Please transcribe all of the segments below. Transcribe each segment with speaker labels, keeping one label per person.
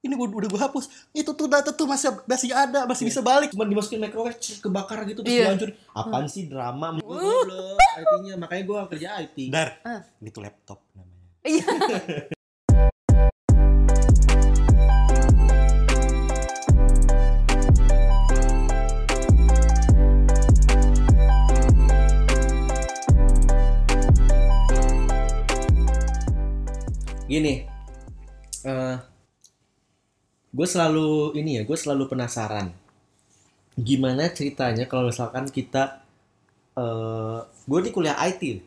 Speaker 1: ini gua, udah gue hapus itu tuh data tuh masih masih ada masih bisa balik Hmm. cuma dimasukin microwave cus, kebakar gitu terus
Speaker 2: Iya.
Speaker 1: dihancurin apaan sih drama
Speaker 3: Gua goblok IT-nya makanya gue kerja IT.
Speaker 1: dar
Speaker 2: Ah.
Speaker 1: ini tuh laptop namanya
Speaker 2: Iya.
Speaker 3: Gini. eh gue selalu ini ya, gue selalu penasaran. Gimana ceritanya kalau misalkan kita eh gue di kuliah IT.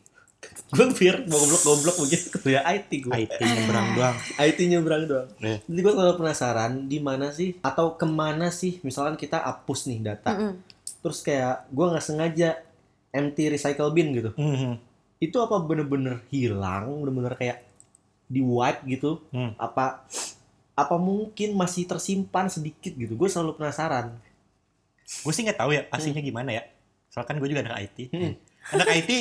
Speaker 3: gue biar goblok-goblok begitu kuliah IT gue.
Speaker 1: IT nyebrang doang
Speaker 3: IT nyebrang doang.
Speaker 1: Iya.
Speaker 3: Jadi gue selalu penasaran di mana sih atau kemana sih misalkan kita hapus nih data.
Speaker 2: Mm-mm.
Speaker 3: Terus kayak gue nggak sengaja empty recycle bin gitu.
Speaker 1: Mhm.
Speaker 3: Itu apa bener-bener hilang, bener-bener kayak di wipe gitu?
Speaker 1: Hmm.
Speaker 3: Apa apa mungkin masih tersimpan sedikit gitu? Gue selalu penasaran.
Speaker 1: gue sih nggak tahu ya pastinya gimana ya soalnya kan gue juga anak IT
Speaker 3: Hmm.
Speaker 1: anak IT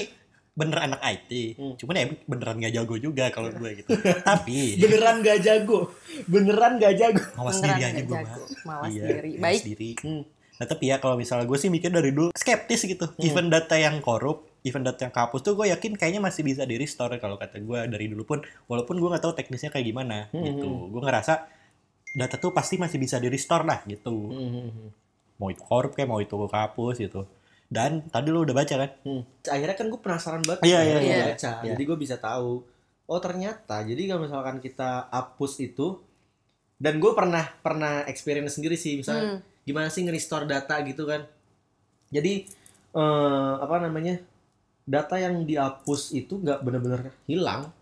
Speaker 1: bener anak IT
Speaker 3: Hmm.
Speaker 1: cuman ya beneran nggak jago juga kalau gue gitu tapi
Speaker 3: Beneran gak jago, beneran gak jago.
Speaker 1: mawas
Speaker 2: Beneran
Speaker 1: diri aja
Speaker 2: nggak
Speaker 1: gue
Speaker 2: jago. Mawas
Speaker 1: Iya,
Speaker 2: diri.
Speaker 1: mawas
Speaker 2: Baik.
Speaker 1: diri.
Speaker 3: Hmm.
Speaker 1: Nah, tapi ya kalau misalnya gue sih mikir dari dulu skeptis gitu. Even data yang korup, even data yang kehapus tuh gue yakin kayaknya masih bisa di restore kalau kata gue dari dulu pun walaupun gue nggak tahu teknisnya kayak gimana
Speaker 3: Hmm.
Speaker 1: gitu. Gue ngerasa data tuh pasti masih bisa di restore lah gitu. Mau itu korup kayak mau itu kehapus gitu. Dan tadi lu udah baca kan?
Speaker 3: Hmm. Akhirnya kan gue penasaran banget
Speaker 1: Iya,
Speaker 3: kan,
Speaker 1: iya,
Speaker 3: gua
Speaker 2: iya.
Speaker 3: baca.
Speaker 1: Iya.
Speaker 3: Jadi gue bisa tahu. Oh ternyata. Jadi kalau misalkan kita hapus itu, dan gue pernah pernah experience sendiri sih, misalnya
Speaker 2: Hmm.
Speaker 3: gimana sih nge-restore data gitu kan. Jadi eh, apa namanya data yang dihapus itu nggak bener-bener hilang.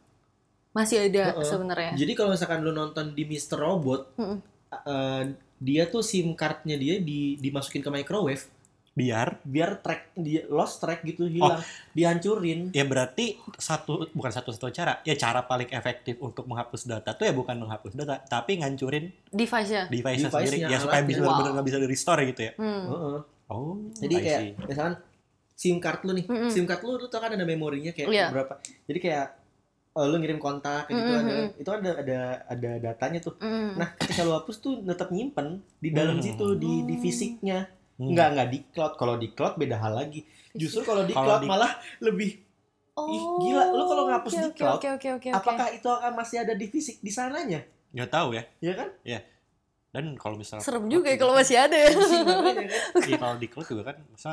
Speaker 2: Masih ada
Speaker 3: Heeh.
Speaker 2: sebenarnya.
Speaker 3: Jadi kalau misalkan lu nonton di Mr. Robot,
Speaker 2: Mm-mm.
Speaker 3: eh, dia tuh SIM cardnya dia di, dimasukin ke microwave
Speaker 1: Biar
Speaker 3: biar track dia lost track gitu
Speaker 1: Oh.
Speaker 3: hilang, dihancurin.
Speaker 1: ya berarti satu bukan satu-satu cara. Ya cara paling efektif untuk menghapus data tuh ya bukan menghapus data, tapi ngancurin
Speaker 2: Device-nya.
Speaker 1: device-nya
Speaker 3: Device-nya,
Speaker 1: sendiri ya supaya
Speaker 3: alatnya.
Speaker 1: bisa benar-benar nggak bisa di restore gitu ya.
Speaker 2: Hmm.
Speaker 3: Heeh.
Speaker 1: Oh,
Speaker 3: Jadi
Speaker 1: I
Speaker 3: kayak
Speaker 1: see.
Speaker 3: misalkan SIM card lu nih,
Speaker 2: Mm-mm.
Speaker 3: SIM card lu lu tau kan ada memorinya kayak
Speaker 2: Iya.
Speaker 3: berapa. Jadi kayak eh, lu ngirim kontak kayak gitu
Speaker 2: Mm-mm,
Speaker 3: ada
Speaker 2: mm-mm.
Speaker 3: itu ada ada ada datanya tuh.
Speaker 2: Hmm.
Speaker 3: Nah, ketika lu hapus tuh tetap nyimpen di dalam
Speaker 1: Hmm.
Speaker 3: situ di di
Speaker 2: Oh.
Speaker 3: fisiknya.
Speaker 1: Hmm.
Speaker 3: Enggak enggak di cloud. Kalau di cloud beda hal lagi. Justru kalau di
Speaker 1: Kalau
Speaker 3: cloud
Speaker 1: di-
Speaker 3: malah lebih Ih, gila, lu kalau ngapus
Speaker 2: Oh, oke,
Speaker 3: di
Speaker 2: oke,
Speaker 3: cloud,
Speaker 2: oke, oke, Iya, oke,
Speaker 3: apakah itu akan masih ada di fisik di sananya?
Speaker 1: nggak tahu ya
Speaker 3: Ya kan?
Speaker 1: dan kalau misalnya
Speaker 2: serem juga ya kalau masih ada ya.
Speaker 3: Fisik makanya kan?
Speaker 1: Iya, kalau di cloud juga kan masa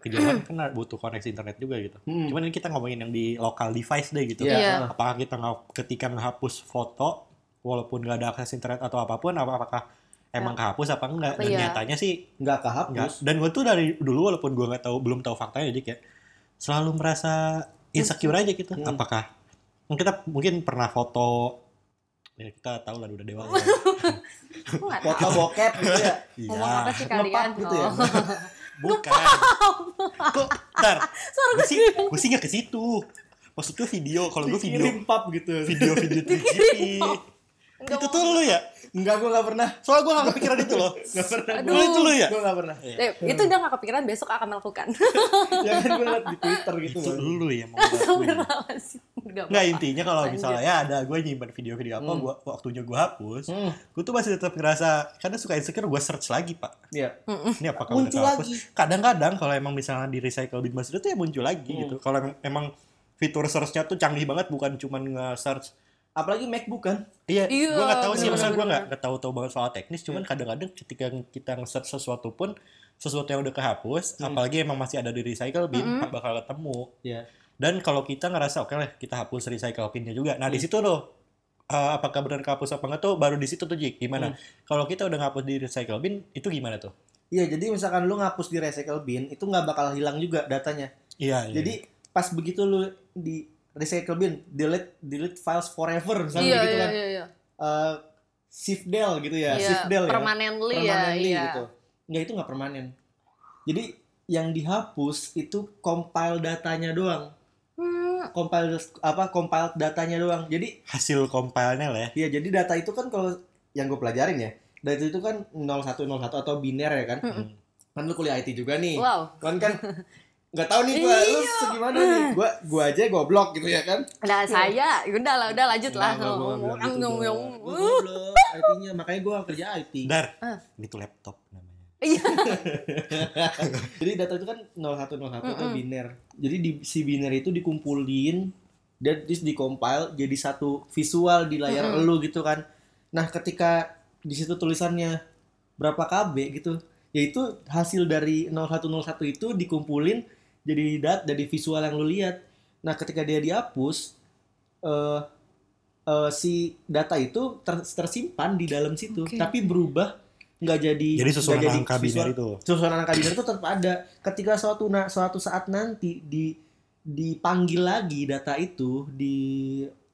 Speaker 1: kejauhan kan butuh koneksi internet juga gitu
Speaker 3: Hmm.
Speaker 1: cuman ini kita ngomongin yang di local device deh gitu
Speaker 3: Iya.
Speaker 2: Iya.
Speaker 1: apakah kita nggak ketika menghapus foto walaupun nggak ada akses internet atau apapun apa apakah emang kehapus apa enggak dan
Speaker 2: Ya. Iya.
Speaker 1: nyatanya sih
Speaker 3: Enggak
Speaker 1: enggak
Speaker 3: kehapus.
Speaker 1: dan gue tuh dari dulu walaupun gue nggak tahu belum tahu faktanya jadi kayak selalu merasa insecure aja gitu
Speaker 3: Hmm.
Speaker 1: apakah kita mungkin pernah foto ya kita tahu lah udah dewasa
Speaker 2: Aku nggak
Speaker 3: Foto
Speaker 2: tahu.
Speaker 3: bokep gitu ya.
Speaker 2: Ngomong apa sih
Speaker 3: Ngepak
Speaker 2: kalian?
Speaker 3: gitu ya.
Speaker 2: Oh.
Speaker 1: Iya. Bukan. Kok ntar. Gue sih, gue sih gak ke situ. Maksud gue video, kalau gue video
Speaker 3: Dikirim pap gitu.
Speaker 1: video-video 3GP.
Speaker 2: Nggak
Speaker 1: itu
Speaker 2: mau.
Speaker 1: tuh lu ya?
Speaker 3: Enggak, gua enggak pernah.
Speaker 1: Soalnya gue gak kepikiran itu loh.
Speaker 3: Enggak pernah.
Speaker 2: Aduh.
Speaker 1: Lu itu lu ya?
Speaker 3: Gue gak pernah.
Speaker 2: Eh, itu udah gak kepikiran besok akan melakukan.
Speaker 3: Ya kan gue liat di Twitter gitu.
Speaker 1: Itu
Speaker 3: kan.
Speaker 1: lu ya mau
Speaker 2: Sampai
Speaker 1: ngelakuin.
Speaker 2: lama sih. Nggak
Speaker 1: Nggak
Speaker 2: apa-apa.
Speaker 1: intinya kalau
Speaker 2: Lanjut.
Speaker 1: misalnya ya ada gue nyimpan video-video apa
Speaker 3: Hmm.
Speaker 1: gua waktunya gue hapus,
Speaker 3: Hmm,
Speaker 1: gue tuh masih tetap ngerasa karena suka insecure gue search lagi pak.
Speaker 3: Iya.
Speaker 2: Hmm.
Speaker 1: Ini apakah
Speaker 3: Muncul
Speaker 1: udah kehapus?
Speaker 3: lagi.
Speaker 1: Kadang-kadang kalau emang misalnya di recycle bin masjid itu ya muncul lagi
Speaker 3: Hmm.
Speaker 1: gitu. Kalau emang- emang fitur search-nya tuh canggih banget bukan cuman nge-search
Speaker 3: Apalagi MacBook kan.
Speaker 1: Iya,
Speaker 2: Iya,
Speaker 1: gue gak tahu sih, maksudnya gue
Speaker 2: bener-bener.
Speaker 1: gak, gak tahu-tahu banget soal teknis, cuman kadang-kadang ketika kita nge-search sesuatu pun, sesuatu yang udah kehapus,
Speaker 3: Hmm.
Speaker 1: apalagi emang masih ada di recycle bin,
Speaker 2: Mm-mm.
Speaker 1: bakal ketemu.
Speaker 3: Iya.
Speaker 1: Dan kalau kita ngerasa, oke lah, kita hapus recycle binnya juga. Nah, di situ loh, eh, apakah benar kehapus apa enggak tuh, baru di situ tuh, Jik, gimana? Kalau kita udah ngapus di recycle bin, itu gimana tuh?
Speaker 3: Iya, jadi misalkan lu ngapus di recycle bin, itu nggak bakal hilang juga datanya.
Speaker 1: Iya, iya.
Speaker 3: Jadi pas begitu lu di recycle bin, delete delete files forever misalnya
Speaker 2: Iya,
Speaker 3: gitu
Speaker 2: iya,
Speaker 3: kan.
Speaker 2: iya, iya.
Speaker 3: Eh, shift del gitu ya,
Speaker 2: Iya,
Speaker 3: shift del ya.
Speaker 2: Permanently ya,
Speaker 3: Permanently
Speaker 2: iya.
Speaker 3: gitu. Enggak, itu nggak permanen. Jadi yang dihapus itu compile datanya doang.
Speaker 2: Hmm,
Speaker 3: Compile apa compile datanya doang. Jadi
Speaker 1: hasil compile-nya lah ya.
Speaker 3: Iya, jadi data itu kan kalau yang gue pelajarin ya, data itu kan 0101 atau biner ya kan.
Speaker 2: Mm-mm.
Speaker 3: Kan lu kuliah IT juga nih.
Speaker 2: wow.
Speaker 3: Kan kan nggak tahu nih gue lu
Speaker 2: Iya.
Speaker 3: segimana nih gue gue aja goblok gitu ya kan
Speaker 2: Nah, saya, udah lah, udah lanjut
Speaker 3: Iya,
Speaker 2: lah.
Speaker 3: Nggak, nggak, gua nggak bilang gitu, Dar.
Speaker 2: Ngomong-ngomong.
Speaker 3: Gua goblok IT-nya makanya gue kerja IT
Speaker 1: Dar,
Speaker 2: Ah.
Speaker 1: gitu laptop namanya.
Speaker 2: Iya.
Speaker 3: jadi data itu kan 0101 itu
Speaker 2: Mm-mm.
Speaker 3: biner jadi di, si biner itu dikumpulin dan terus dikompil jadi satu visual di layar
Speaker 2: Mm-mm.
Speaker 3: elu gitu kan nah ketika di situ tulisannya berapa KB gitu yaitu hasil dari 0101 itu dikumpulin jadi dat dari visual yang lu lihat nah ketika dia dihapus eh eh, si data itu ter- tersimpan di dalam situ
Speaker 2: Oke.
Speaker 3: tapi berubah nggak jadi
Speaker 1: Jadi
Speaker 3: Iya, nggak
Speaker 1: susunan
Speaker 3: jadi
Speaker 1: angka
Speaker 3: visual-
Speaker 1: binar itu.
Speaker 3: susunan angka biner itu tetap ada. Ketika suatu na- suatu saat nanti di dipanggil lagi data itu di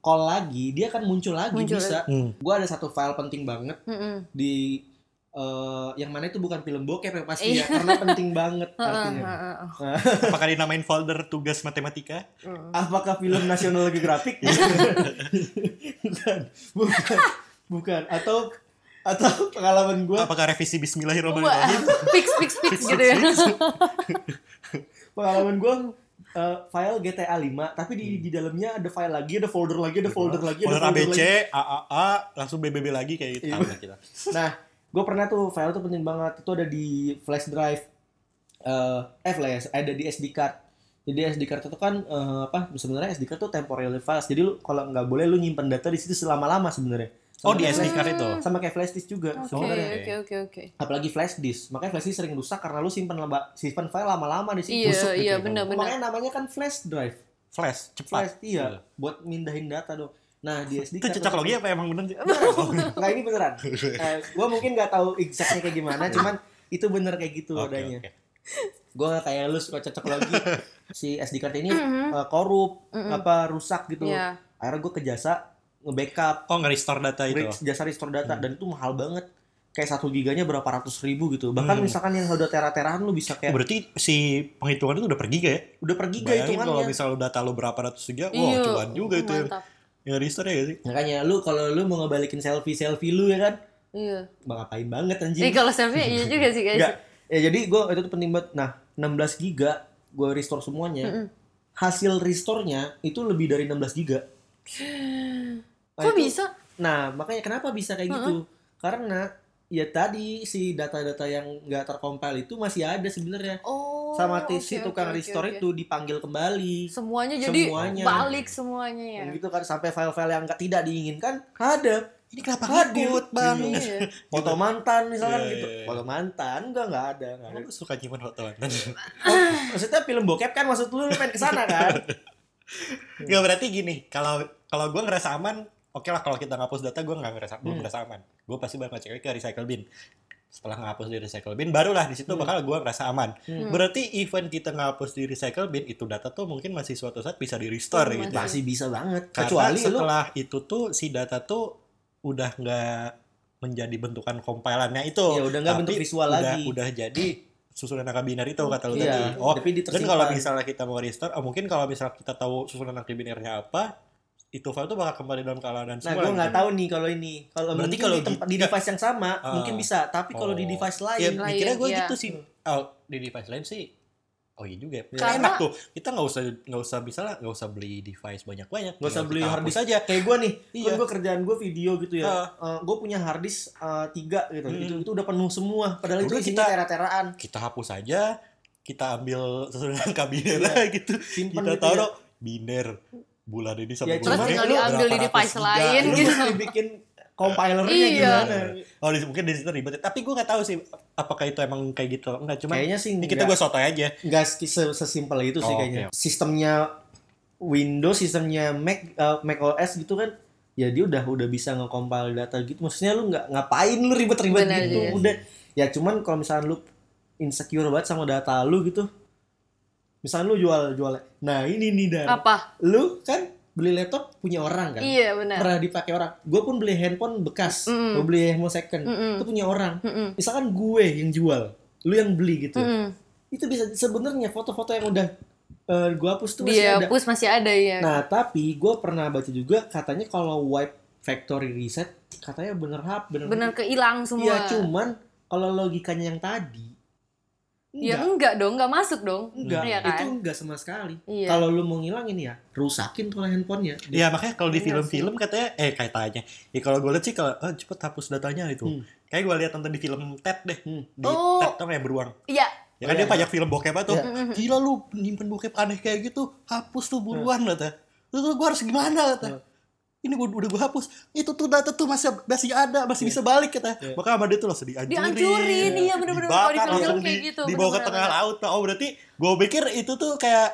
Speaker 3: call lagi, dia akan muncul lagi
Speaker 2: Muncul
Speaker 3: bisa.
Speaker 1: Hmm.
Speaker 3: Gua ada satu file penting banget
Speaker 2: Mm-mm.
Speaker 3: di eh, yang mana itu bukan film bokep yang pasti ya,
Speaker 2: Iya.
Speaker 3: karena penting banget
Speaker 2: Heeh,
Speaker 3: artinya.
Speaker 2: heeh, heeh.
Speaker 1: Apakah dinamain folder tugas matematika?
Speaker 2: Mm.
Speaker 3: Apakah film nasional geografik? bukan, bukan, bukan. Atau atau pengalaman gua
Speaker 1: Apakah revisi
Speaker 2: Wah,
Speaker 1: Bismillahirrahmanirrahim?
Speaker 2: fix, fix, fix gitu ya.
Speaker 3: pengalaman gue file GTA 5 tapi di di dalamnya ada file lagi ada folder lagi ada folder lagi ada
Speaker 1: Folder
Speaker 3: folder
Speaker 1: ABC,
Speaker 3: lagi
Speaker 1: AAA, langsung BBB lagi kayak gitu.
Speaker 3: Iya.
Speaker 1: Tahu nggak kita.
Speaker 3: nah gue pernah tuh file tuh penting banget itu ada di flash drive eh eh flash ada di SD card jadi SD card itu kan eh, apa sebenarnya SD card tuh temporary files jadi lu kalau nggak boleh lu nyimpen data di situ selama-lama sebenarnya
Speaker 1: Oh
Speaker 3: Sama
Speaker 1: di
Speaker 3: kayak
Speaker 1: SD
Speaker 3: flash-
Speaker 1: card itu.
Speaker 3: sama kayak flash disk juga
Speaker 2: Oke,
Speaker 3: sebenarnya
Speaker 2: oke, oke, oke.
Speaker 3: apalagi flash disk makanya flash disk sering rusak karena lu simpen laba, simpen file lama-lama di situ
Speaker 2: Iya,
Speaker 1: busuk gitu
Speaker 2: iya,
Speaker 1: ya,
Speaker 2: benar-benar.
Speaker 3: makanya namanya kan flash drive
Speaker 1: Flash, cepat.
Speaker 3: flash iya buat mindahin data dong nah di SD
Speaker 1: Itu
Speaker 3: card
Speaker 1: cocok iya. logi apa emang bener? sih?
Speaker 3: nggak "Nah, ini beneran eh, gue mungkin nggak tahu exactnya kayak gimana cuman itu bener kayak gitu
Speaker 1: Iya. Oke,
Speaker 3: adanya
Speaker 1: oke.
Speaker 3: gue kayak lu suka cocok lagi si SD card ini eh, korup
Speaker 2: Mm-hmm. Mm-mm.
Speaker 3: apa rusak gitu
Speaker 2: Iya.
Speaker 3: akhirnya gue ke jasa nge-backup
Speaker 1: Oh nggak restore data itu? Hmm.
Speaker 3: breaks jasa restore data dan itu mahal banget kayak satu giganya berapa ratus ribu gitu bahkan
Speaker 1: Hmm.
Speaker 3: misalkan yang udah tera-teraan lu bisa
Speaker 1: Oh,
Speaker 3: kayak
Speaker 1: berarti si penghitungan itu udah pergi gak ya?
Speaker 3: udah per giga
Speaker 1: Bayangin kalau
Speaker 3: hitungannya
Speaker 1: misal lu data lu berapa ratus giga, wah
Speaker 2: Iya.
Speaker 1: cuan juga itu ya. yang,
Speaker 2: Mantap.
Speaker 1: yang restore ya gak sih?
Speaker 3: makanya lu kalau lu mau ngebalikin selfie selfie lu ya kan
Speaker 2: Iya.
Speaker 3: bang ngapain banget anjing
Speaker 2: Eh kalau selfie iya juga sih guys.
Speaker 3: Nggak. Ya jadi gue itu tuh penting banget. Nah, 16 giga gue restore semuanya.
Speaker 2: Mm-mm.
Speaker 3: Hasil restore-nya itu lebih dari 16 giga. Nah,
Speaker 2: Kok
Speaker 3: itu-
Speaker 2: bisa?
Speaker 3: Nah, makanya kenapa bisa kayak gitu? Karena ya tadi si data-data yang nggak terkompil itu masih ada sebenarnya.
Speaker 2: Oh.
Speaker 3: Sama ti-
Speaker 2: oke,
Speaker 3: si
Speaker 2: oke,
Speaker 3: tukang
Speaker 2: oke,
Speaker 3: restore
Speaker 2: oke.
Speaker 3: itu dipanggil kembali.
Speaker 2: Semuanya jadi
Speaker 3: Semuanya.
Speaker 2: balik semuanya ya.
Speaker 3: Dan gitu kan sampai file-file yang nggak tidak diinginkan ada.
Speaker 1: Ini kenapa
Speaker 3: Hadir.
Speaker 1: ribut bang?
Speaker 2: Iya.
Speaker 3: Foto mantan misalkan
Speaker 1: Gitu. Iya,
Speaker 3: gitu.
Speaker 1: iya, iya.
Speaker 3: Foto mantan enggak nggak ada, nggak ada. Oh,
Speaker 1: Aku suka nyimpan foto mantan.
Speaker 3: Maksudnya film bokep kan maksud lu lu pengen kesana kan?
Speaker 1: Gak
Speaker 3: Hmm.
Speaker 1: Ya, berarti gini, kalau kalau gue ngerasa aman, oke lah kalau kita ngapus data gue nggak ngerasa, belum
Speaker 3: Hmm.
Speaker 1: ngerasa aman. Gue pasti bakal ngecek ke recycle bin. Setelah ngapus di recycle bin, barulah di situ
Speaker 3: Hmm.
Speaker 1: bakal gue ngerasa aman.
Speaker 3: Hmm.
Speaker 1: Berarti event kita ngapus di recycle bin itu data tuh mungkin masih suatu saat bisa di restore
Speaker 2: Oh,
Speaker 1: gitu.
Speaker 2: masih.
Speaker 3: Hmm, Masih bisa banget.
Speaker 1: Karena
Speaker 3: Kecuali lu
Speaker 1: setelah itu tuh si data tuh udah nggak menjadi bentukan kompilannya itu.
Speaker 3: ya udah nggak
Speaker 1: Tapi
Speaker 3: bentuk visual
Speaker 1: udah,
Speaker 3: lagi.
Speaker 1: Udah jadi susunan angka biner itu kata lu
Speaker 3: Iya,
Speaker 1: tadi. Oh,
Speaker 3: tapi
Speaker 1: dan
Speaker 3: ditersimpan.
Speaker 1: kalau misalnya kita mau restore, oh, mungkin kalau misalnya kita tahu susunan angka binernya apa, itu file tuh bakal kembali dalam keadaan
Speaker 3: Nah,
Speaker 1: semula.
Speaker 3: gue nggak
Speaker 1: gitu.
Speaker 3: tahu nih kalau ini. Kalau
Speaker 1: Berarti
Speaker 3: berarti
Speaker 1: kalau
Speaker 3: kalau di,
Speaker 1: di-
Speaker 3: tempat- di device yang sama
Speaker 1: Ah.
Speaker 3: mungkin bisa, tapi kalau di
Speaker 1: Oh.
Speaker 3: device
Speaker 1: Ya,
Speaker 3: lain
Speaker 2: Lain,
Speaker 1: mikirnya gue
Speaker 2: iya.
Speaker 1: gitu sih. Oh, di device lain sih. Oh iya juga. ya. Enak
Speaker 2: Karena-
Speaker 1: tuh. Kita nggak usah nggak usah bisa lah, nggak usah beli device banyak-banyak.
Speaker 3: nggak usah
Speaker 1: Tinggal
Speaker 3: beli
Speaker 1: kita
Speaker 3: harddisk
Speaker 1: hapus
Speaker 3: aja. Kayak gue nih,
Speaker 1: Iya.
Speaker 3: kan gue kerjaan gue video gitu ya.
Speaker 1: Ah.
Speaker 3: gue punya harddisk eh, tiga gitu.
Speaker 1: Hmm.
Speaker 3: Itu, itu udah penuh semua.
Speaker 1: Udah
Speaker 3: Padahal itu isinya
Speaker 1: kita-
Speaker 3: tera-teraan.
Speaker 1: kita hapus aja kita ambil sesuai angka biner
Speaker 3: Iya.
Speaker 1: gitu
Speaker 3: Simpen
Speaker 1: kita
Speaker 3: gitu ya.
Speaker 1: taruh biner bulan ini
Speaker 3: Ya,
Speaker 1: sampai bulan
Speaker 3: terus
Speaker 1: Mei
Speaker 3: tinggal
Speaker 1: lu
Speaker 2: diambil
Speaker 1: berapa
Speaker 2: di device
Speaker 1: ratus
Speaker 2: lain
Speaker 1: giga.
Speaker 3: Lu
Speaker 1: Lu-
Speaker 2: gitu.
Speaker 3: mesti bikin compilernya
Speaker 2: Iya.
Speaker 3: gimana?
Speaker 1: oh di- mungkin di situ ribet tapi gue nggak tahu sih apakah itu emang kayak gitu enggak cuma
Speaker 3: Kayaknya sih
Speaker 1: ini kita
Speaker 3: nggak-
Speaker 1: gue sotoy aja
Speaker 3: nggak se- se- sesimpel itu sih
Speaker 1: Oh,
Speaker 3: kayaknya. Sistemnya Windows, sistemnya Mac, eh, Mac OS gitu kan, ya dia udah udah bisa ngekompil data gitu. Maksudnya lu nggak ngapain lu ribet-ribet
Speaker 2: Benar,
Speaker 3: gitu.
Speaker 2: iya.
Speaker 3: Udah, ya cuman kalau misalnya lu insecure banget sama data lu gitu, misalnya lu jual jual, nah ini nih dan
Speaker 2: Apa?
Speaker 3: lu kan beli laptop punya orang kan,
Speaker 2: Iya benar.
Speaker 3: pernah dipakai orang. Gue pun beli handphone bekas,
Speaker 2: Mm-mm.
Speaker 3: gue beli handphone second,
Speaker 2: Mm-mm.
Speaker 3: itu punya orang.
Speaker 2: Mm-mm.
Speaker 3: Misalkan gue yang jual, lu yang beli gitu
Speaker 2: Mm-mm.
Speaker 3: itu bisa sebenarnya foto-foto yang udah eh, gua hapus tuh masih
Speaker 2: Dia
Speaker 3: ada.
Speaker 2: push masih ada ya.
Speaker 3: Nah, tapi gua pernah baca juga katanya kalau wipe factory reset katanya bener hap Iya, bener.
Speaker 2: Benar kehilang semua.
Speaker 3: Iya, cuman kalau logikanya yang tadi
Speaker 2: Ya enggak dong, enggak masuk dong.
Speaker 3: Enggak,
Speaker 2: Iya
Speaker 3: itu
Speaker 2: kan?
Speaker 3: enggak sama sekali.
Speaker 2: Iya.
Speaker 3: Kalau lu mau ngilangin ya, rusakin tuh lah handphonenya.
Speaker 1: Iya makanya kalau di
Speaker 2: Iya
Speaker 1: film-film katanya eh katanya ya kalau gue lihat sih kalau "Ah, cepet hapus datanya itu
Speaker 3: Hmm.
Speaker 1: kayak gue lihat nonton di film Ted deh
Speaker 3: Hmm.
Speaker 1: di
Speaker 2: Oh.
Speaker 1: Ted tau yang beruang
Speaker 2: Iya.
Speaker 1: ya kan
Speaker 3: Oh,
Speaker 1: dia
Speaker 3: iya,
Speaker 1: banyak film bokep aja tuh
Speaker 3: Iya.
Speaker 2: Mm-mm.
Speaker 1: gila lu nyimpen bokep aneh kayak gitu hapus tuh buruan kata terus gue harus gimana
Speaker 2: Iya.
Speaker 1: kata ini gua, udah gue hapus itu tuh data tuh masih masih ada masih bisa balik kata
Speaker 3: Iya.
Speaker 1: maka sama dia tuh langsung dihancurin
Speaker 2: Dihancurin, iya, bener-bener. Kalau di
Speaker 1: dibakar
Speaker 2: film-film
Speaker 1: langsung
Speaker 2: kayak
Speaker 1: di-
Speaker 2: gitu,
Speaker 1: dibawa ke
Speaker 2: bener-bener.
Speaker 1: tengah laut oh berarti gue pikir itu tuh kayak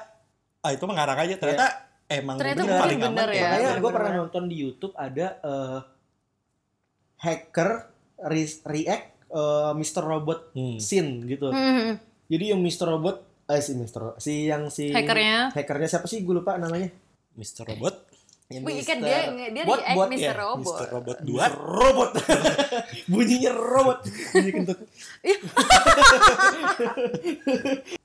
Speaker 1: ah itu mengarang aja ternyata emang
Speaker 2: Iya. Ternyata
Speaker 1: bener,
Speaker 2: mungkin
Speaker 1: paling aman
Speaker 2: bener
Speaker 1: kayak gitu.
Speaker 2: ya.
Speaker 3: Makanya gue
Speaker 2: benar-benar.
Speaker 3: pernah nonton di YouTube ada eh, hacker re- react eh, Mr. Robot
Speaker 1: Hmm.
Speaker 3: scene gitu.
Speaker 2: Mm-mm.
Speaker 3: Jadi yang Mr. Robot eh si Mr. Ro- si yang
Speaker 2: Iya.
Speaker 3: si
Speaker 2: Hackernya.
Speaker 3: hackernya siapa sih gue lupa namanya.
Speaker 1: Mr. Robot
Speaker 3: Yang
Speaker 2: Wih, ikan
Speaker 3: Mr.
Speaker 2: dia dia
Speaker 3: eh, ya, Bot,
Speaker 2: di
Speaker 3: bot,
Speaker 2: Mr.
Speaker 1: ya,
Speaker 2: Robot.
Speaker 1: Mr. Robot
Speaker 3: Dua
Speaker 1: 2
Speaker 3: robot. Bunyinya robot. Bunyi kentut.
Speaker 2: Iya.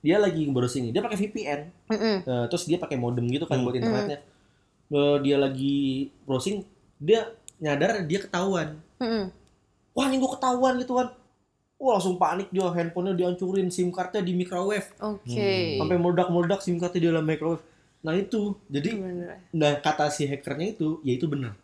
Speaker 3: dia lagi browsing nih. Dia pakai VPN.
Speaker 2: Mm-mm.
Speaker 3: Nah, terus dia pakai modem gitu kan
Speaker 1: Hmm.
Speaker 3: buat internetnya. Eh, dia lagi browsing, dia nyadar dia ketahuan.
Speaker 2: Mm-mm.
Speaker 3: Wah, ini gue ketahuan gitu kan. Wah, langsung panik dia, handphonenya dihancurin, SIM cardnya di microwave.
Speaker 2: Oke.
Speaker 3: Sampai meledak-meledak SIM cardnya di dalam microwave. Nah, itu. Jadi,
Speaker 2: Bener.
Speaker 3: nah kata si hackernya itu, ya itu benar.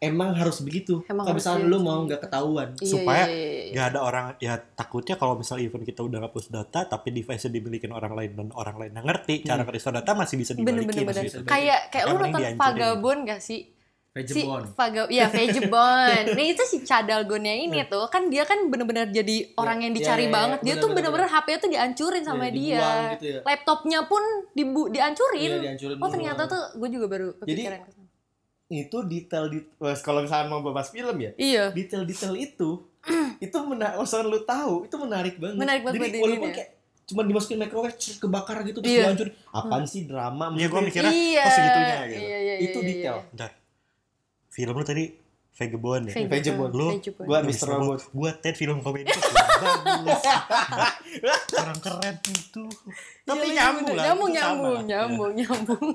Speaker 3: Emang harus begitu. Kalau
Speaker 2: Emang harus
Speaker 3: misalnya
Speaker 2: begitu.
Speaker 3: lu mau nggak ketahuan.
Speaker 2: Iya,
Speaker 1: Supaya
Speaker 2: iya, iya, iya.
Speaker 1: Gak ada orang ya takutnya kalau misal event kita udah hapus data tapi device-nya dimiliki orang lain dan orang lain yang
Speaker 3: Hmm.
Speaker 1: ngerti cara nge-restore data masih bisa
Speaker 2: bener
Speaker 1: dibalikin
Speaker 2: bener bener.
Speaker 1: gitu.
Speaker 2: Kayak kayak
Speaker 1: Yang
Speaker 2: lu
Speaker 1: penting
Speaker 2: nonton
Speaker 1: dihancurin.
Speaker 2: Vagabond gak sih? si
Speaker 3: Vegemon.
Speaker 2: Vaga, ya Vegemon. nah itu si Cadalgonnya ini tuh kan dia kan bener-bener jadi orang yang
Speaker 3: Iya,
Speaker 2: dicari
Speaker 3: iya, iya,
Speaker 2: banget. Dia tuh
Speaker 3: bener-bener.
Speaker 2: bener-bener HP-nya tuh dihancurin
Speaker 3: Iya,
Speaker 2: sama dia.
Speaker 3: dibuang gitu ya.
Speaker 2: Laptopnya pun dibu
Speaker 3: Iya,
Speaker 2: dihancurin.
Speaker 3: dihancurin
Speaker 2: oh
Speaker 3: dulu.
Speaker 2: ternyata
Speaker 1: kan.
Speaker 2: tuh gue juga baru
Speaker 3: Jadi-
Speaker 2: kepikiran. kesana.
Speaker 3: itu detail di kalau misalnya mau bahas film ya
Speaker 2: iya.
Speaker 3: detail-detail itu itu menarik misalkan lu tahu itu menarik banget
Speaker 2: Menarik banget buat
Speaker 3: jadi
Speaker 2: dirinya.
Speaker 3: walaupun kayak cuma dimasukin microwave cus, kebakar gitu terus
Speaker 2: Iya.
Speaker 3: dihancurin apaan sih drama
Speaker 1: Iya, gua
Speaker 3: maksudnya?
Speaker 1: mikir- kira,
Speaker 2: iya.
Speaker 1: oh, segitunya gitu.
Speaker 2: Iya, iya,
Speaker 3: itu
Speaker 2: iya, iya,
Speaker 3: detail
Speaker 2: iya.
Speaker 1: Bentar. Film lu tadi Vagabond ya?
Speaker 2: Vegemon,
Speaker 3: Vegemon.
Speaker 1: Lu-
Speaker 2: Vegemon.
Speaker 3: gua
Speaker 1: Lu
Speaker 3: Mr. Robot
Speaker 1: Gua Ted film komedi itu bagus. Orang keren itu. Tapi
Speaker 2: Iya, iya,
Speaker 1: nyambung
Speaker 2: bener.
Speaker 1: lah.
Speaker 2: Nyambung,
Speaker 1: itu sama
Speaker 2: nyambung,
Speaker 1: lah.
Speaker 2: nyambung, nyambung.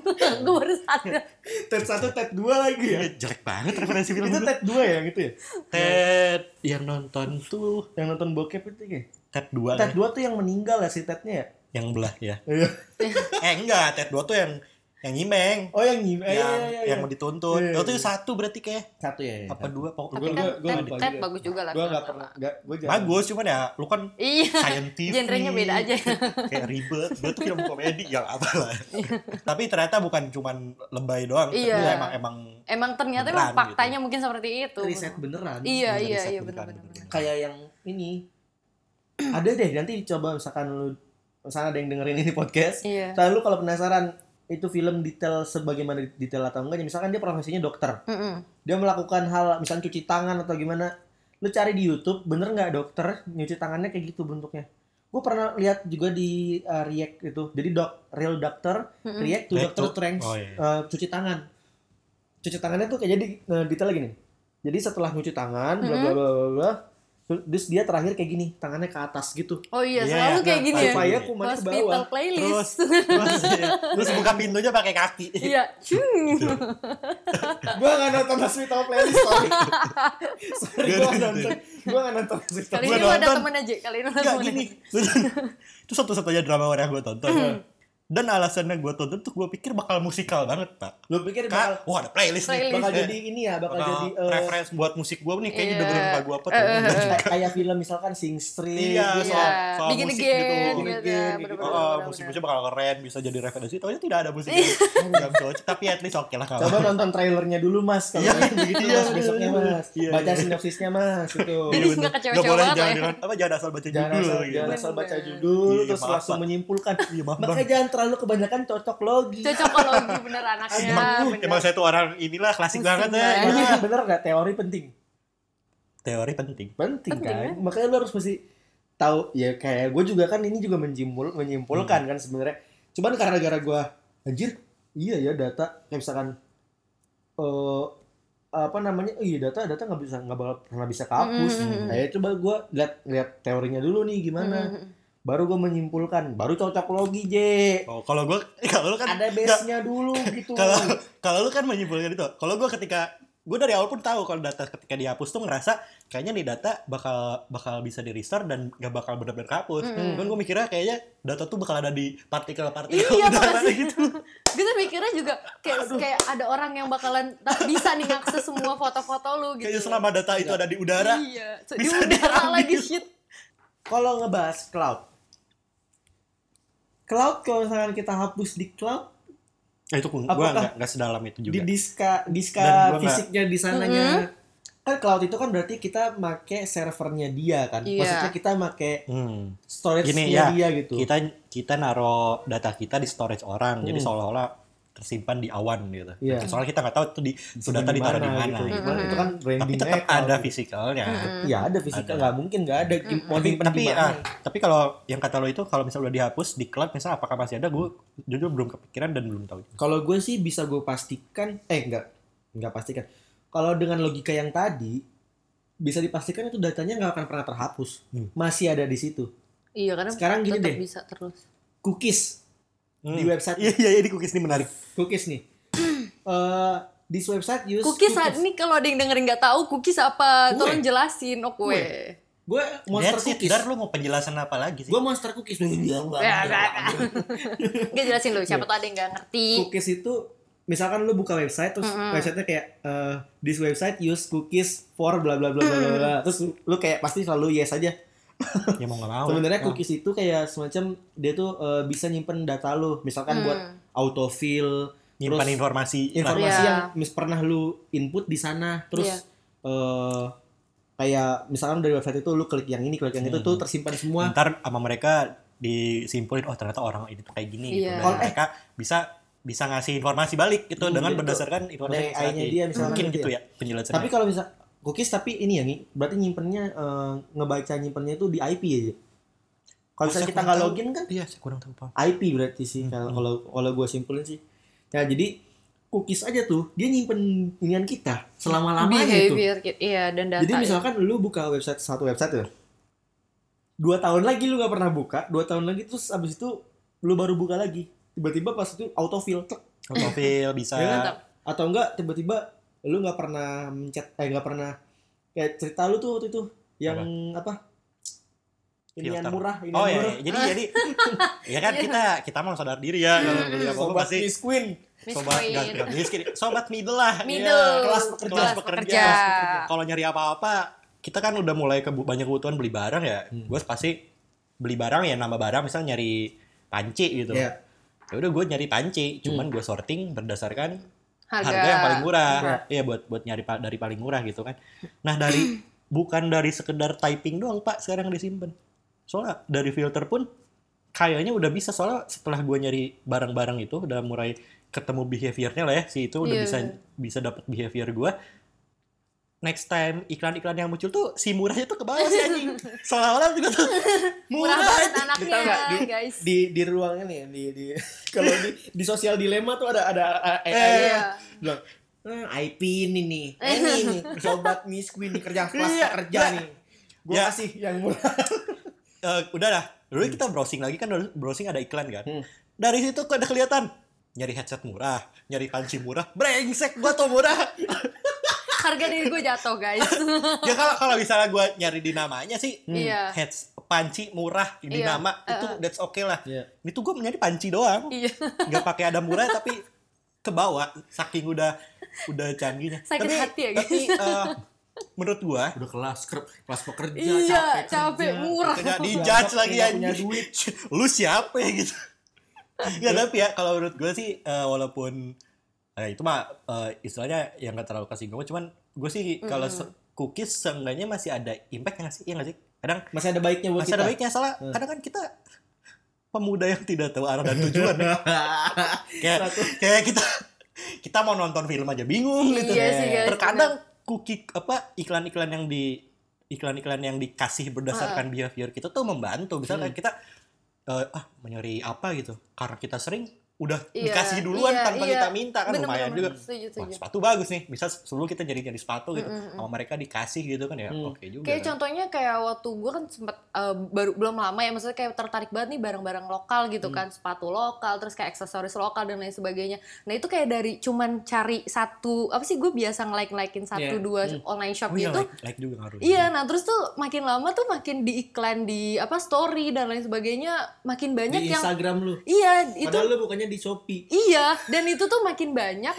Speaker 2: Gue baru sadar.
Speaker 3: tet satu tet dua lagi ya.
Speaker 1: Iya, jelek banget referensi film
Speaker 3: itu
Speaker 1: itu.
Speaker 3: tet dua ya gitu ya
Speaker 1: Ted yang nonton tuh
Speaker 3: yang nonton bokep itu ya
Speaker 1: Ted 2
Speaker 3: tet dua tuh yang meninggal ya si tetnya ya
Speaker 1: yang belah ya.
Speaker 3: Iya.
Speaker 1: eh enggak, Ted 2 tuh yang yang nyimeng.
Speaker 3: oh yang nyim eh,
Speaker 1: yang
Speaker 3: iya, iya,
Speaker 1: yang
Speaker 3: iya.
Speaker 1: mau dituntut.
Speaker 3: Iya, iya,
Speaker 1: Itu
Speaker 3: iya.
Speaker 1: satu berarti kayak
Speaker 3: satu ya, ya
Speaker 1: apa dua pokoknya.
Speaker 2: Tapi
Speaker 3: Gua-
Speaker 2: kan
Speaker 3: gua- gua
Speaker 2: Ted-
Speaker 3: lupa
Speaker 2: Ted
Speaker 3: juga.
Speaker 2: bagus juga lah.
Speaker 3: gue nggak
Speaker 2: kenapa
Speaker 3: pernah nggak gue jarang
Speaker 1: Bagus cuman ya lu kan
Speaker 2: nggak. Iya.
Speaker 1: scientific.
Speaker 2: Genrenya beda aja.
Speaker 1: Kayak ribet, gue tuh film komedi ya yang apalah. Tapi ternyata bukan cuman lebay doang, tapi
Speaker 2: Iya.
Speaker 1: emang emang
Speaker 2: Emang ternyata
Speaker 1: Beneran
Speaker 2: emang
Speaker 1: gitu.
Speaker 2: faktanya mungkin seperti itu.
Speaker 3: riset beneran
Speaker 2: Iya,
Speaker 1: Bener,
Speaker 2: iya,
Speaker 1: riset beneran,
Speaker 2: iya, benar-benar.
Speaker 1: bener-bener.
Speaker 3: kayak yang ini ada deh nanti dicoba misalkan lu misalkan ada yang dengerin ini podcast
Speaker 2: Iya.
Speaker 3: lalu kalau penasaran itu film detail sebagaimana detail atau enggaknya misalkan dia profesinya dokter
Speaker 2: Mm-mm.
Speaker 3: dia melakukan hal misalkan cuci tangan atau gimana lu cari di YouTube bener nggak dokter nyuci tangannya kayak gitu bentuknya gue pernah lihat juga di uh, react itu jadi dok real dokter
Speaker 2: Mm-mm.
Speaker 3: react to
Speaker 1: React
Speaker 3: dokter
Speaker 1: to-
Speaker 3: trends
Speaker 1: oh, iya.
Speaker 3: uh, cuci tangan cuci tangannya tuh kayak jadi uh, detail lagi nih jadi setelah nyuci tangan bla bla bla bla bla, terus dia terakhir kayak gini tangannya ke atas gitu
Speaker 2: Oh iya,
Speaker 1: Iya,
Speaker 2: selalu kayak
Speaker 1: nah,
Speaker 2: gini ya.
Speaker 3: supaya
Speaker 1: Iya.
Speaker 3: kuman ke
Speaker 2: Hospital
Speaker 3: bawah
Speaker 1: terus
Speaker 2: playlist.
Speaker 1: terus, ya, terus buka pintunya pakai kaki. Gitu.
Speaker 2: Iya. Cung.
Speaker 3: gua gak nonton hospital playlist sorry sorry
Speaker 1: Gak ada
Speaker 3: gua nggak
Speaker 1: gitu.
Speaker 3: nonton gua gak nonton hospital
Speaker 2: Kali
Speaker 1: Gua
Speaker 2: ini lu ada
Speaker 1: nonton.
Speaker 2: temen aja, kali ini lu ada
Speaker 1: Enggak
Speaker 2: temen
Speaker 1: gini.
Speaker 2: aja.
Speaker 1: Itu satu-satunya drama yang gue tonton. ya. Dan alasannya gue tonton tuh gue pikir bakal musikal banget, Pak.
Speaker 3: lu pikir bakal
Speaker 1: Kak, wah ada playlist, nih.
Speaker 2: Playlist.
Speaker 3: bakal
Speaker 1: Eh,
Speaker 3: jadi ini ya bakal
Speaker 1: bakal
Speaker 3: jadi eh,
Speaker 1: reference buat musik gue nih kayaknya
Speaker 2: Iya.
Speaker 1: dengerin lagu gue apa tuh.
Speaker 2: Eh, eh,
Speaker 1: Enggak juga.
Speaker 3: kayak kayak film misalkan Sing Street
Speaker 1: Iya,
Speaker 3: gitu.
Speaker 1: soal,
Speaker 2: Iya.
Speaker 1: soal
Speaker 2: Begin
Speaker 1: musik gitu.
Speaker 2: again, gitu ya,
Speaker 1: Begin,
Speaker 2: bener-bener,
Speaker 1: Oh,
Speaker 2: bener-bener.
Speaker 1: musik-musiknya bakal keren, bisa jadi referensi. Taunya tidak ada musik yang cocok, tapi at least oke lah
Speaker 3: Coba
Speaker 1: kalau.
Speaker 3: nonton trailernya dulu mas, kalau
Speaker 1: Iya,
Speaker 3: begitu
Speaker 1: iya,
Speaker 3: mas besoknya mas,
Speaker 1: iya,
Speaker 3: baca
Speaker 1: iya.
Speaker 3: sinopsisnya mas gitu. itu.
Speaker 2: Jadi
Speaker 1: Iya, bener.
Speaker 2: nggak kecewa-kecewa
Speaker 1: Nggak boleh
Speaker 2: banget lah
Speaker 1: jangan,
Speaker 2: ya.
Speaker 1: jangan- apa, jangan asal baca
Speaker 3: jangan
Speaker 1: judul
Speaker 3: asal,
Speaker 1: gitu.
Speaker 3: jangan asal
Speaker 2: Bener.
Speaker 3: baca judul
Speaker 1: Iya,
Speaker 3: terus
Speaker 1: maaf,
Speaker 3: langsung
Speaker 1: Pak.
Speaker 3: menyimpulkan.
Speaker 1: Iya, maaf,
Speaker 3: Makanya
Speaker 1: Bang.
Speaker 3: jangan terlalu kebanyakan cocok logi.
Speaker 2: Cocokologi bener anaknya.
Speaker 1: Emang,
Speaker 2: bener.
Speaker 1: emang saya tuh orang inilah klasik
Speaker 2: Pusing
Speaker 1: banget ya.
Speaker 2: banget.
Speaker 1: Iya.
Speaker 3: Bener, bener nggak teori penting?
Speaker 1: Teori penting.
Speaker 3: Penting,
Speaker 2: Penting,
Speaker 3: kan? Makanya lo harus mesti tahu ya kayak gue juga kan ini juga menjimpul
Speaker 1: Hmm.
Speaker 3: menyimpulkan kan sebenarnya. Cuman karena gara gue anjir iya ya data kayak misalkan eh apa namanya iya data data nggak bisa nggak bakal pernah bisa kehapus
Speaker 2: Mm, mm, mm.
Speaker 3: Nah, ya coba gue lihat lihat teorinya dulu nih gimana
Speaker 2: Mm.
Speaker 3: baru gue menyimpulkan baru cocok logi J
Speaker 1: Oh, kalau gue, kalau lu kan
Speaker 3: ada base nya dulu gitu
Speaker 1: kalau kalau lu kan menyimpulkan itu. Kalau gue ketika gue dari awal pun tahu kalau data ketika dihapus tuh ngerasa kayaknya nih data bakal bakal bisa di restore dan gak bakal benar-benar kehapus.
Speaker 2: Mm-mm.
Speaker 1: Cuman gue mikirnya kayaknya data tuh bakal ada di partikel-partikel
Speaker 2: Iya,
Speaker 1: udara
Speaker 2: makasih.
Speaker 1: gitu.
Speaker 2: Gue tuh mikirnya juga kayak, kayak ada orang yang bakalan tak bisa nih ngakses semua foto-foto lu gitu.
Speaker 1: Kayaknya selama data itu ada di udara,
Speaker 2: Iya, so, di
Speaker 1: bisa
Speaker 2: udara
Speaker 1: diambil.
Speaker 2: lagi shit.
Speaker 3: Kalau ngebahas cloud, cloud kalau misalkan kita hapus di cloud,
Speaker 1: Nah, itu gue
Speaker 3: Apakah-
Speaker 1: nggak nggak sedalam itu
Speaker 3: di
Speaker 1: juga.
Speaker 3: diska diska
Speaker 1: Dan gua nggak-
Speaker 3: fisiknya di sananya. Kan cloud itu kan berarti kita make servernya dia kan.
Speaker 2: Iya.
Speaker 3: Maksudnya kita make
Speaker 1: Hmm.
Speaker 3: storage-nya
Speaker 1: Gini, ya,
Speaker 3: dia gitu.
Speaker 1: Kita kita naro data kita di storage orang, jadi
Speaker 3: Hmm.
Speaker 1: seolah-olah tersimpan di awan gitu.
Speaker 3: Iya.
Speaker 1: Soalnya kita nggak tahu itu di itu data
Speaker 3: Di
Speaker 1: ditaruh di mana.
Speaker 3: gitu.
Speaker 1: gitu.
Speaker 3: Gimana? Itu kan
Speaker 1: Tapi
Speaker 3: brandingnya
Speaker 1: tetap
Speaker 3: cloud.
Speaker 1: ada fisikalnya.
Speaker 3: Ya ada fisiknya
Speaker 1: Ada.
Speaker 3: nggak mungkin nggak ada. Mau
Speaker 1: Tapi
Speaker 3: disimpan
Speaker 1: tapi,
Speaker 3: di
Speaker 1: ah,
Speaker 3: mana?
Speaker 1: tapi kalau yang kata lo itu kalau misalnya udah dihapus di cloud misalnya apakah masih ada? Gue jujur belum kepikiran dan belum tahu.
Speaker 3: Kalau gue sih bisa gue pastikan, eh nggak nggak pastikan. Kalau dengan logika yang tadi bisa dipastikan itu datanya nggak akan pernah terhapus,
Speaker 1: Hmm.
Speaker 3: masih ada di situ.
Speaker 2: Iya, karena
Speaker 3: Sekarang gini
Speaker 2: tetap
Speaker 3: deh.
Speaker 2: bisa terus.
Speaker 3: Cookies di
Speaker 1: Hmm.
Speaker 3: website,
Speaker 1: Iya iya iya, di cookies ini menarik.
Speaker 3: cookies nih. Eh di website use
Speaker 2: Cookies saat ini kalau ada yang dengerin nggak tahu cookies apa,
Speaker 3: Kue.
Speaker 2: tolong jelasin. Oh, kue.
Speaker 3: Gue monster
Speaker 1: That's it,
Speaker 3: cookies.
Speaker 1: Dar, lu mau penjelasan apa lagi sih?
Speaker 3: Gue monster cookies.
Speaker 2: Ya, ya, ya. Nggak jelasin lu, siapa tau ada yang nggak ngerti.
Speaker 3: cookies itu misalkan lu buka website terus
Speaker 2: Mm-mm.
Speaker 3: websitenya kayak eh, this website use cookies for bla bla bla bla bla bla. terus lu kayak pasti selalu yes aja
Speaker 1: ya mau nggak mau.
Speaker 3: sebenarnya
Speaker 1: Ya.
Speaker 3: cookies itu kayak semacam dia tuh eh, bisa nyimpen data lu misalkan
Speaker 2: Hmm.
Speaker 3: kan buat autofill
Speaker 1: nyimpan
Speaker 3: terus
Speaker 1: informasi.
Speaker 3: informasi
Speaker 2: Iya.
Speaker 3: yang mis pernah lu input di sana terus
Speaker 2: Iya.
Speaker 3: eh, kayak misalkan dari website itu lu klik yang ini klik yang itu
Speaker 1: Hmm.
Speaker 3: tuh tersimpan semua
Speaker 1: ntar sama mereka disimpulin oh ternyata orang ini tuh kayak gini gitu dan
Speaker 2: Iya.
Speaker 3: Oh, eh.
Speaker 1: mereka bisa bisa ngasih informasi balik gitu
Speaker 3: Hmm,
Speaker 1: dengan
Speaker 3: gitu.
Speaker 1: berdasarkan informasi
Speaker 3: Dari
Speaker 1: yang diserap
Speaker 3: AI-nya
Speaker 1: di-
Speaker 3: dia misalnya
Speaker 1: mungkin
Speaker 3: gitu
Speaker 1: gitu ya penjelasannya
Speaker 3: tapi kalau bisa cookies tapi ini ya nih berarti nyimpennya eh, ngebaca nyimpennya itu di IP aja kalau misalnya kita nggak login kan
Speaker 1: iya saya kurang tahu Pak.
Speaker 3: IP berarti
Speaker 1: Hmm.
Speaker 3: sih kalau kalau kalau gue simpulin sih ya jadi cookies aja tuh dia nyimpen inian kita selama lamanya itu
Speaker 2: Behavior, gitu. iya, dan data.
Speaker 3: jadi misalkan lu buka website satu website ya dua tahun lagi lu nggak pernah buka dua tahun lagi terus abis itu lu baru buka lagi tiba-tiba pas itu autofill tek.
Speaker 1: Autofill bisa
Speaker 3: Ya kan? atau enggak tiba-tiba lu nggak pernah mencet eh nggak pernah kayak cerita lu tuh waktu itu yang apa, ini yang
Speaker 1: Filter.
Speaker 3: murah ini
Speaker 1: oh
Speaker 3: yang
Speaker 1: ya
Speaker 3: murah
Speaker 1: jadi jadi ya kan kita kita mau sadar diri ya kalau beli apa
Speaker 3: Hmm, sobat
Speaker 1: pasti Gitu.
Speaker 3: Miss Queen
Speaker 2: Miss
Speaker 1: sobat
Speaker 2: Queen.
Speaker 1: gak- gak miskin sobat middle lah
Speaker 2: Middle.
Speaker 1: Iya.
Speaker 3: kelas pekerja.
Speaker 1: kelas
Speaker 2: Kelas
Speaker 1: pekerja,
Speaker 2: pekerja.
Speaker 1: kalau nyari apa-apa kita kan udah mulai ke banyak kebutuhan beli barang ya
Speaker 3: Hmm.
Speaker 1: gue pasti beli barang ya nama barang misal nyari panci gitu
Speaker 3: Iya. Hmm.
Speaker 1: ya udah gue nyari panci cuman gue sorting berdasarkan
Speaker 2: harga,
Speaker 1: harga, yang paling murah
Speaker 3: Iya.
Speaker 1: iya buat buat nyari pa- dari paling murah gitu kan nah dari bukan dari sekedar typing doang pak sekarang yang disimpan soalnya dari filter pun kayaknya udah bisa soalnya setelah gue nyari barang-barang itu udah mulai ketemu behaviornya lah ya si itu udah
Speaker 2: Iya,
Speaker 1: bisa
Speaker 2: bener.
Speaker 1: bisa dapat behavior gue next time iklan-iklan yang muncul tuh si murahnya tuh ke bawah sih anjing seolah-olah juga tuh
Speaker 2: murah
Speaker 1: murah
Speaker 2: banget
Speaker 1: anjing.
Speaker 2: anaknya,
Speaker 3: Tahu nggak? Di-
Speaker 2: guys.
Speaker 3: di di ruang ini ya, di di kalau di di sosial dilema tuh ada ada eh,
Speaker 2: Iya.
Speaker 3: bilang "Hmm, IP ini nih
Speaker 2: Eh,
Speaker 3: ini nih sobat Miss Queen nih kerja kelas
Speaker 1: Iya,
Speaker 3: pekerja
Speaker 1: iya.
Speaker 3: nih gue
Speaker 1: Ya.
Speaker 3: kasih yang murah
Speaker 1: Eh, udah lah dulu kita browsing lagi kan browsing ada iklan kan
Speaker 3: Hmm.
Speaker 1: dari situ kok ada kelihatan nyari headset murah nyari panci murah brengsek gua tau murah
Speaker 2: Harga diri gue jatuh, guys.
Speaker 1: ya kalau kalau misalnya gua nyari di namanya sih
Speaker 3: Hmm.
Speaker 2: Iya.
Speaker 1: heads panci murah di
Speaker 2: Iya.
Speaker 1: nama itu that's okay lah
Speaker 3: Iya.
Speaker 1: itu gua nyari panci doang
Speaker 2: Iya.
Speaker 1: nggak pakai ada murah tapi ke bawah saking udah udah canggihnya
Speaker 2: Sakit
Speaker 1: tapi
Speaker 2: hati ya, guys.
Speaker 1: tapi eh, menurut gua
Speaker 3: udah kelas kelas pekerja
Speaker 2: Iya, capek, murah.
Speaker 1: Kena dijudge
Speaker 3: Nggak
Speaker 1: lagi
Speaker 3: punya
Speaker 1: anjing.
Speaker 3: duit.
Speaker 1: Lu siapa ya gitu. Gak tapi ya kalau menurut gue sih eh, walaupun eh, itu mah eh, istilahnya yang gak terlalu kasih gue cuman gue sih kalau se- cookies seenggaknya masih ada impact nggak sih? Iya nggak sih? Kadang
Speaker 3: masih ada baiknya buat
Speaker 1: masih
Speaker 3: kita
Speaker 1: ada baiknya salah. Kadang kan kita pemuda yang tidak tahu arah dan tujuan.
Speaker 3: ya?
Speaker 1: kayak kayak kita kita mau nonton film aja bingung gitu.
Speaker 2: Iya sih, guys,
Speaker 1: Terkadang kan cookie apa iklan-iklan yang di iklan-iklan yang dikasih berdasarkan
Speaker 2: Hmm.
Speaker 1: behavior kita tuh membantu. Misalnya kita eh, ah mencari apa gitu. Karena kita sering udah
Speaker 2: Iya,
Speaker 1: dikasih duluan
Speaker 2: iya,
Speaker 1: tanpa
Speaker 2: iya.
Speaker 1: kita minta kan
Speaker 2: Bener,
Speaker 1: lumayan
Speaker 2: bener,
Speaker 1: juga.
Speaker 2: bener. Setuju,
Speaker 1: Wah,
Speaker 2: setuju.
Speaker 1: sepatu bagus nih. Bisa sebelum kita jadi nyari sepatu gitu.
Speaker 2: Mm, mm, mm.
Speaker 1: Sama mereka dikasih gitu kan ya.
Speaker 3: Mm.
Speaker 1: Oke juga.
Speaker 2: Kayak
Speaker 1: kan.
Speaker 2: contohnya kayak waktu gue kan sempat baru belum lama ya maksudnya kayak tertarik banget nih barang-barang lokal gitu
Speaker 1: Hmm.
Speaker 2: kan sepatu lokal terus kayak aksesoris lokal dan lain sebagainya. Nah itu kayak dari cuman cari satu apa sih gue biasa nge like ngein satu
Speaker 3: Iya.
Speaker 2: dua
Speaker 3: Hmm.
Speaker 2: online shop
Speaker 1: Oh iya,
Speaker 2: gitu.
Speaker 1: like, like juga ngaruh.
Speaker 2: Iya, nah terus tuh makin lama tuh makin di iklan di apa story dan lain sebagainya makin banyak
Speaker 3: di
Speaker 2: yang
Speaker 3: Instagram lu.
Speaker 2: iya itu
Speaker 3: Padahal lu bukannya di Shopee.
Speaker 2: Iya, dan itu tuh makin banyak,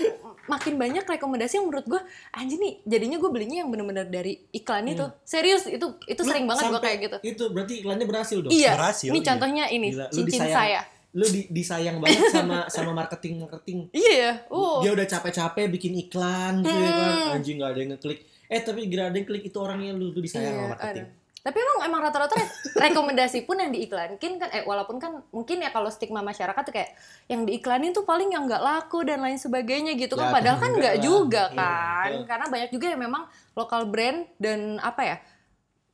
Speaker 2: makin banyak rekomendasi yang menurut gue, anjir nih, jadinya gue belinya yang bener-bener dari iklan itu. Serius, itu itu
Speaker 3: Hmm. Lu
Speaker 2: sering banget gue
Speaker 3: sampai-
Speaker 2: kayak gitu.
Speaker 3: Itu berarti iklannya berhasil dong.
Speaker 2: Iya,
Speaker 1: berhasil,
Speaker 2: ini
Speaker 1: iya.
Speaker 2: contohnya ini,
Speaker 3: Gila, lu
Speaker 2: cincin
Speaker 3: disayang.
Speaker 2: saya.
Speaker 3: Lu di- disayang banget sama sama marketing-marketing.
Speaker 2: Iya, ya, oh. Hmm.
Speaker 3: Dia udah capek-capek bikin iklan gitu ya kan. Anjing gak ada yang ngeklik. Eh tapi gak ada yang klik itu orangnya lu, lu disayang
Speaker 2: Iya,
Speaker 3: sama marketing.
Speaker 2: aduh. Tapi emang emang rata-rata re- rekomendasi pun yang diiklankin kan, eh walaupun kan mungkin ya kalau stigma masyarakat tuh kayak yang diiklanin tuh paling yang nggak laku dan lain sebagainya gitu
Speaker 3: Ya,
Speaker 2: kan, padahal kan
Speaker 3: enggak
Speaker 2: nggak
Speaker 3: lah.
Speaker 2: juga
Speaker 3: Iya,
Speaker 2: kan,
Speaker 3: betul.
Speaker 2: karena banyak juga yang memang lokal brand dan apa ya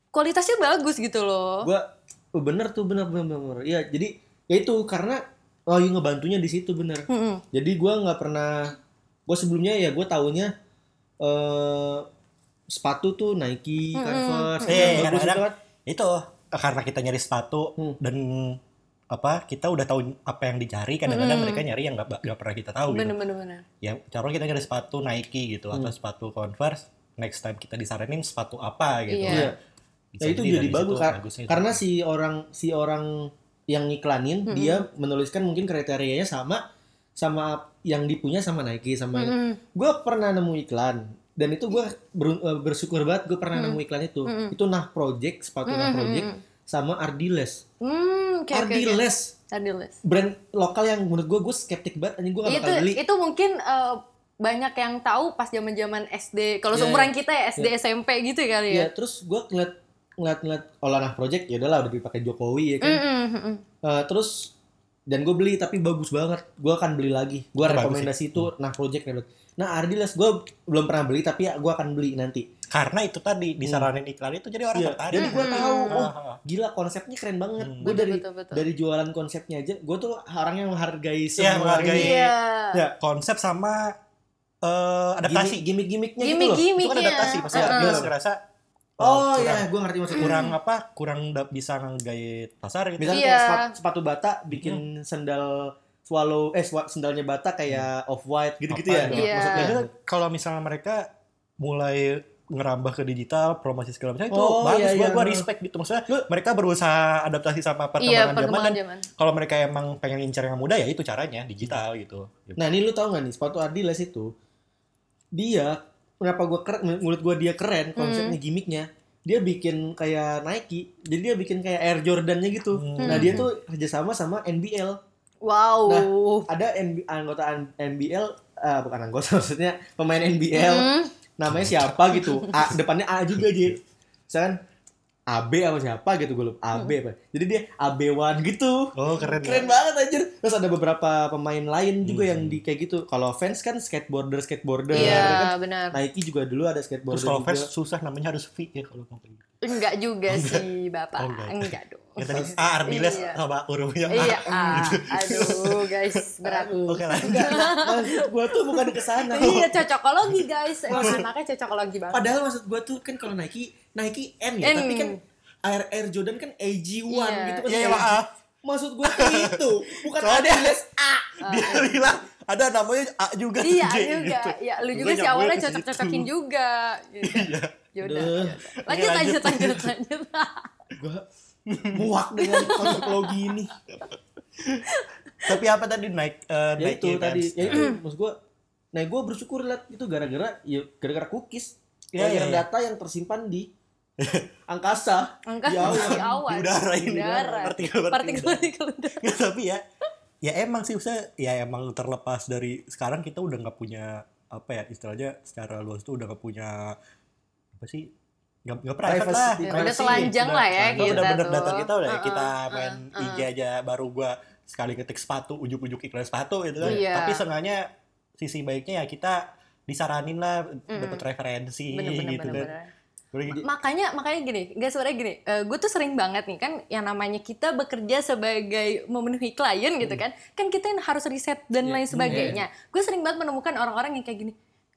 Speaker 2: kualitasnya bagus gitu loh.
Speaker 3: Gua oh, bener tuh bener bener bener. bener. Iya jadi ya itu karena lagi ngebantunya di situ bener.
Speaker 2: Mm-mm.
Speaker 3: Jadi gua nggak pernah gue sebelumnya ya gue taunya eh sepatu tuh Nike,
Speaker 1: mm, mm.
Speaker 3: Converse, yang
Speaker 2: Iya,
Speaker 3: bagus itu
Speaker 1: Kadang-kadang-
Speaker 3: kan.
Speaker 1: Itu eh, karena kita nyari sepatu
Speaker 3: Hmm.
Speaker 1: dan apa kita udah tahu apa yang dicari kadang-kadang
Speaker 2: Mm.
Speaker 1: mereka nyari yang nggak nggak pernah kita tahu gitu.
Speaker 2: Bener-bener.
Speaker 1: Ya, taruh kita nyari sepatu Nike gitu
Speaker 3: Hmm.
Speaker 1: atau sepatu Converse, next time kita disaranin sepatu apa gitu.
Speaker 2: Iya.
Speaker 1: kan.
Speaker 3: Ya itu
Speaker 1: dari
Speaker 3: jadi
Speaker 1: situ
Speaker 3: bagus kar-
Speaker 1: bagusnya itu.
Speaker 3: kan. karena si orang si orang yang ngiklanin
Speaker 2: Mm-mm.
Speaker 3: dia menuliskan mungkin kriterianya sama sama yang dipunya sama Nike sama
Speaker 2: Mm-mm.
Speaker 3: gue pernah nemu iklan dan itu gue bersyukur banget gue pernah nemu iklan itu
Speaker 2: Mm-mm.
Speaker 3: itu nah project sepatu nah
Speaker 2: Mm-mm.
Speaker 3: project sama Ardiles
Speaker 2: Hmm, oke oke, oke.
Speaker 3: Ardiles
Speaker 2: Ardiles.
Speaker 3: brand lokal yang menurut gue gue skeptik banget anjing gue gak
Speaker 2: Iya, itu
Speaker 3: bakal beli
Speaker 2: itu mungkin eh, banyak yang tahu pas zaman zaman SD kalau
Speaker 3: Iya,
Speaker 2: seumuran kita ya SD SMP gitu kali ya
Speaker 3: ya terus gue ngeliat ngeliat ngeliat olah project ya udahlah udah dipakai Jokowi
Speaker 1: gitu
Speaker 3: ya kan
Speaker 2: Mm-mm, mm-mm.
Speaker 3: Eh, terus dan gue beli tapi bagus banget gue akan beli lagi gue
Speaker 1: Bagus sih.
Speaker 3: rekomendasi
Speaker 1: Hmm.
Speaker 3: itu nah project nih, Dok. nah Ardiles gue belum pernah beli tapi ya gue akan beli nanti
Speaker 1: karena itu tadi disaranin iklan itu jadi orang
Speaker 3: Hmm. Iya,
Speaker 1: tertarik.
Speaker 3: jadi gue
Speaker 2: Hmm.
Speaker 3: tahu oh
Speaker 1: Ah,
Speaker 3: gila konsepnya keren banget
Speaker 1: Hmm.
Speaker 3: gue
Speaker 2: Betul,
Speaker 3: dari
Speaker 2: betul, betul.
Speaker 3: dari jualan konsepnya aja gue tuh orang yang menghargai semua
Speaker 1: Iya, menghargai.
Speaker 3: ini.
Speaker 2: iya
Speaker 1: ya, konsep sama eh, adaptasi.
Speaker 3: gimmick gimmicknya
Speaker 2: Iya.
Speaker 3: Uh-uh. gitu
Speaker 1: itu
Speaker 3: loh
Speaker 1: kan
Speaker 2: gimmick-gimmicknya
Speaker 1: adaptasi maksudnya
Speaker 2: Heeh.
Speaker 1: dia masih ngerasa eh,
Speaker 3: oh
Speaker 1: kurang,
Speaker 3: iya gue ngerti maksudnya
Speaker 1: kurang apa kurang da- bisa ngegait pasar gitu
Speaker 3: misalnya
Speaker 2: Iya. Hmm.
Speaker 3: kayak sepatu, sepatu bata bikin sendal swallow eh swa- sendalnya bata kayak off white gitu gitu ya
Speaker 1: Apa,
Speaker 2: Iya.
Speaker 3: maksudnya
Speaker 1: Jadi kalau misalnya mereka mulai ngerambah ke digital promosi segala macam itu
Speaker 3: Oh,
Speaker 1: bagus
Speaker 3: iya,
Speaker 1: gua
Speaker 3: iya.
Speaker 1: gua respect gitu maksudnya mereka berusaha adaptasi sama perkembangan zaman
Speaker 2: iya perkembangan
Speaker 1: dan
Speaker 2: zaman
Speaker 1: kalau mereka emang pengen ngincar yang muda ya itu caranya digital gitu
Speaker 3: Nah ini lu tau gak nih sepatu Adidas itu dia kenapa gua keren menurut gua dia keren konsepnya
Speaker 2: Hmm.
Speaker 3: gimmicknya dia bikin kayak Nike jadi dia bikin kayak Air Jordannya gitu
Speaker 1: Hmm.
Speaker 3: nah dia tuh kerjasama sama NBL
Speaker 2: wow
Speaker 3: Nah, ada NB anggota an- NBL eh, bukan anggota maksudnya pemain
Speaker 1: Nah, ya,
Speaker 3: NBL
Speaker 2: Mm,
Speaker 3: namanya siapa gitu A, depannya A juga dia misalkan AB apa siapa gitu gue lupa AB apa jadi dia AB1 gitu
Speaker 1: oh keren
Speaker 3: keren banget anjir terus ada beberapa pemain lain juga yang di kayak gitu kalau fans kan skateboarder skateboarder
Speaker 2: iya
Speaker 3: ya kan?
Speaker 2: benar
Speaker 1: Nah.
Speaker 3: Nike juga dulu ada skateboarder
Speaker 1: terus kalau
Speaker 3: juga
Speaker 1: fans susah namanya harus V ya kalau mau kayak gitu.
Speaker 2: enggak juga sih bapak
Speaker 1: Oh, enggak.
Speaker 2: enggak dong
Speaker 1: ya tadi A Ardiles
Speaker 2: Iya.
Speaker 1: sama hurufnya A.
Speaker 2: iya ah, aduh guys berat
Speaker 1: Gitu. oke nah, lah
Speaker 3: Enggak, maksud gue tuh bukan ke sana
Speaker 2: iya cocokologi guys emang anaknya cocokologi banget
Speaker 3: padahal maksud gue tuh kan kalau Nike Nike N ya
Speaker 2: N.
Speaker 3: tapi kan Air Air Jordan kan AG1
Speaker 2: Iya.
Speaker 3: gitu kan
Speaker 1: Iya,
Speaker 3: kayak-
Speaker 1: maaf.
Speaker 3: maksud gue tuh itu bukan
Speaker 1: Soalnya-
Speaker 3: Adidas A
Speaker 1: dia bilang ada namanya A juga
Speaker 2: Ah, Iya
Speaker 1: J gitu.
Speaker 2: juga, ya
Speaker 1: Gua
Speaker 2: lu juga sih
Speaker 1: nyambungnya
Speaker 2: awalnya
Speaker 1: ke situ. Iya.
Speaker 2: cocok-cocokin juga. Gitu. Yaudah,
Speaker 3: Duh.
Speaker 2: yaudah. lanjut
Speaker 1: Oke,
Speaker 2: lanjut
Speaker 1: lanjut.
Speaker 2: lanjut lanjut.
Speaker 3: gue muak dengan konsepologi ini
Speaker 1: tapi apa tadi naik eh,
Speaker 3: ya
Speaker 1: naik
Speaker 3: itu
Speaker 1: events.
Speaker 3: tadi ya itu maksud gue nah gue bersyukur liat itu gara-gara ya gara-gara cookies
Speaker 1: Iya,
Speaker 3: gara-gara
Speaker 1: iya, iya.
Speaker 3: data yang tersimpan di angkasa
Speaker 2: Angkat
Speaker 3: Di awan,
Speaker 2: di awan,
Speaker 1: di udara
Speaker 2: di
Speaker 1: ini kan,
Speaker 2: udara.
Speaker 1: Partikel-partikel.
Speaker 2: Partikel-partikel udara.
Speaker 1: Nggak, tapi ya ya emang sih usah ya emang terlepas dari sekarang kita udah nggak punya apa ya istilahnya secara luas tuh udah nggak punya apa sih nggak nggak private
Speaker 3: Privacy. Iya,
Speaker 1: lah
Speaker 2: Ya,
Speaker 3: Privacy.
Speaker 2: udah telanjang lah ya
Speaker 1: Gua
Speaker 2: kita
Speaker 1: bener-bener
Speaker 2: tuh.
Speaker 1: data kita udah ya,
Speaker 2: Heeh.
Speaker 1: kita main IG aja baru gua sekali ketik sepatu ujuk-ujuk iklan sepatu gitu kan.
Speaker 2: Iya.
Speaker 1: Tapi seenggaknya sisi baiknya ya kita disaranin lah dapat referensi
Speaker 2: Bener-bener,
Speaker 1: gitu kan.
Speaker 2: bener-bener.
Speaker 1: Udah gitu, gini.
Speaker 2: makanya makanya gini nggak sebenarnya gini gue tuh sering banget nih kan yang namanya kita bekerja sebagai memenuhi klien gitu kan kan kita yang harus riset dan
Speaker 3: Hmm. Iya.
Speaker 2: lain
Speaker 3: Hmm,
Speaker 2: sebagainya gue sering banget menemukan orang-orang yang kayak gini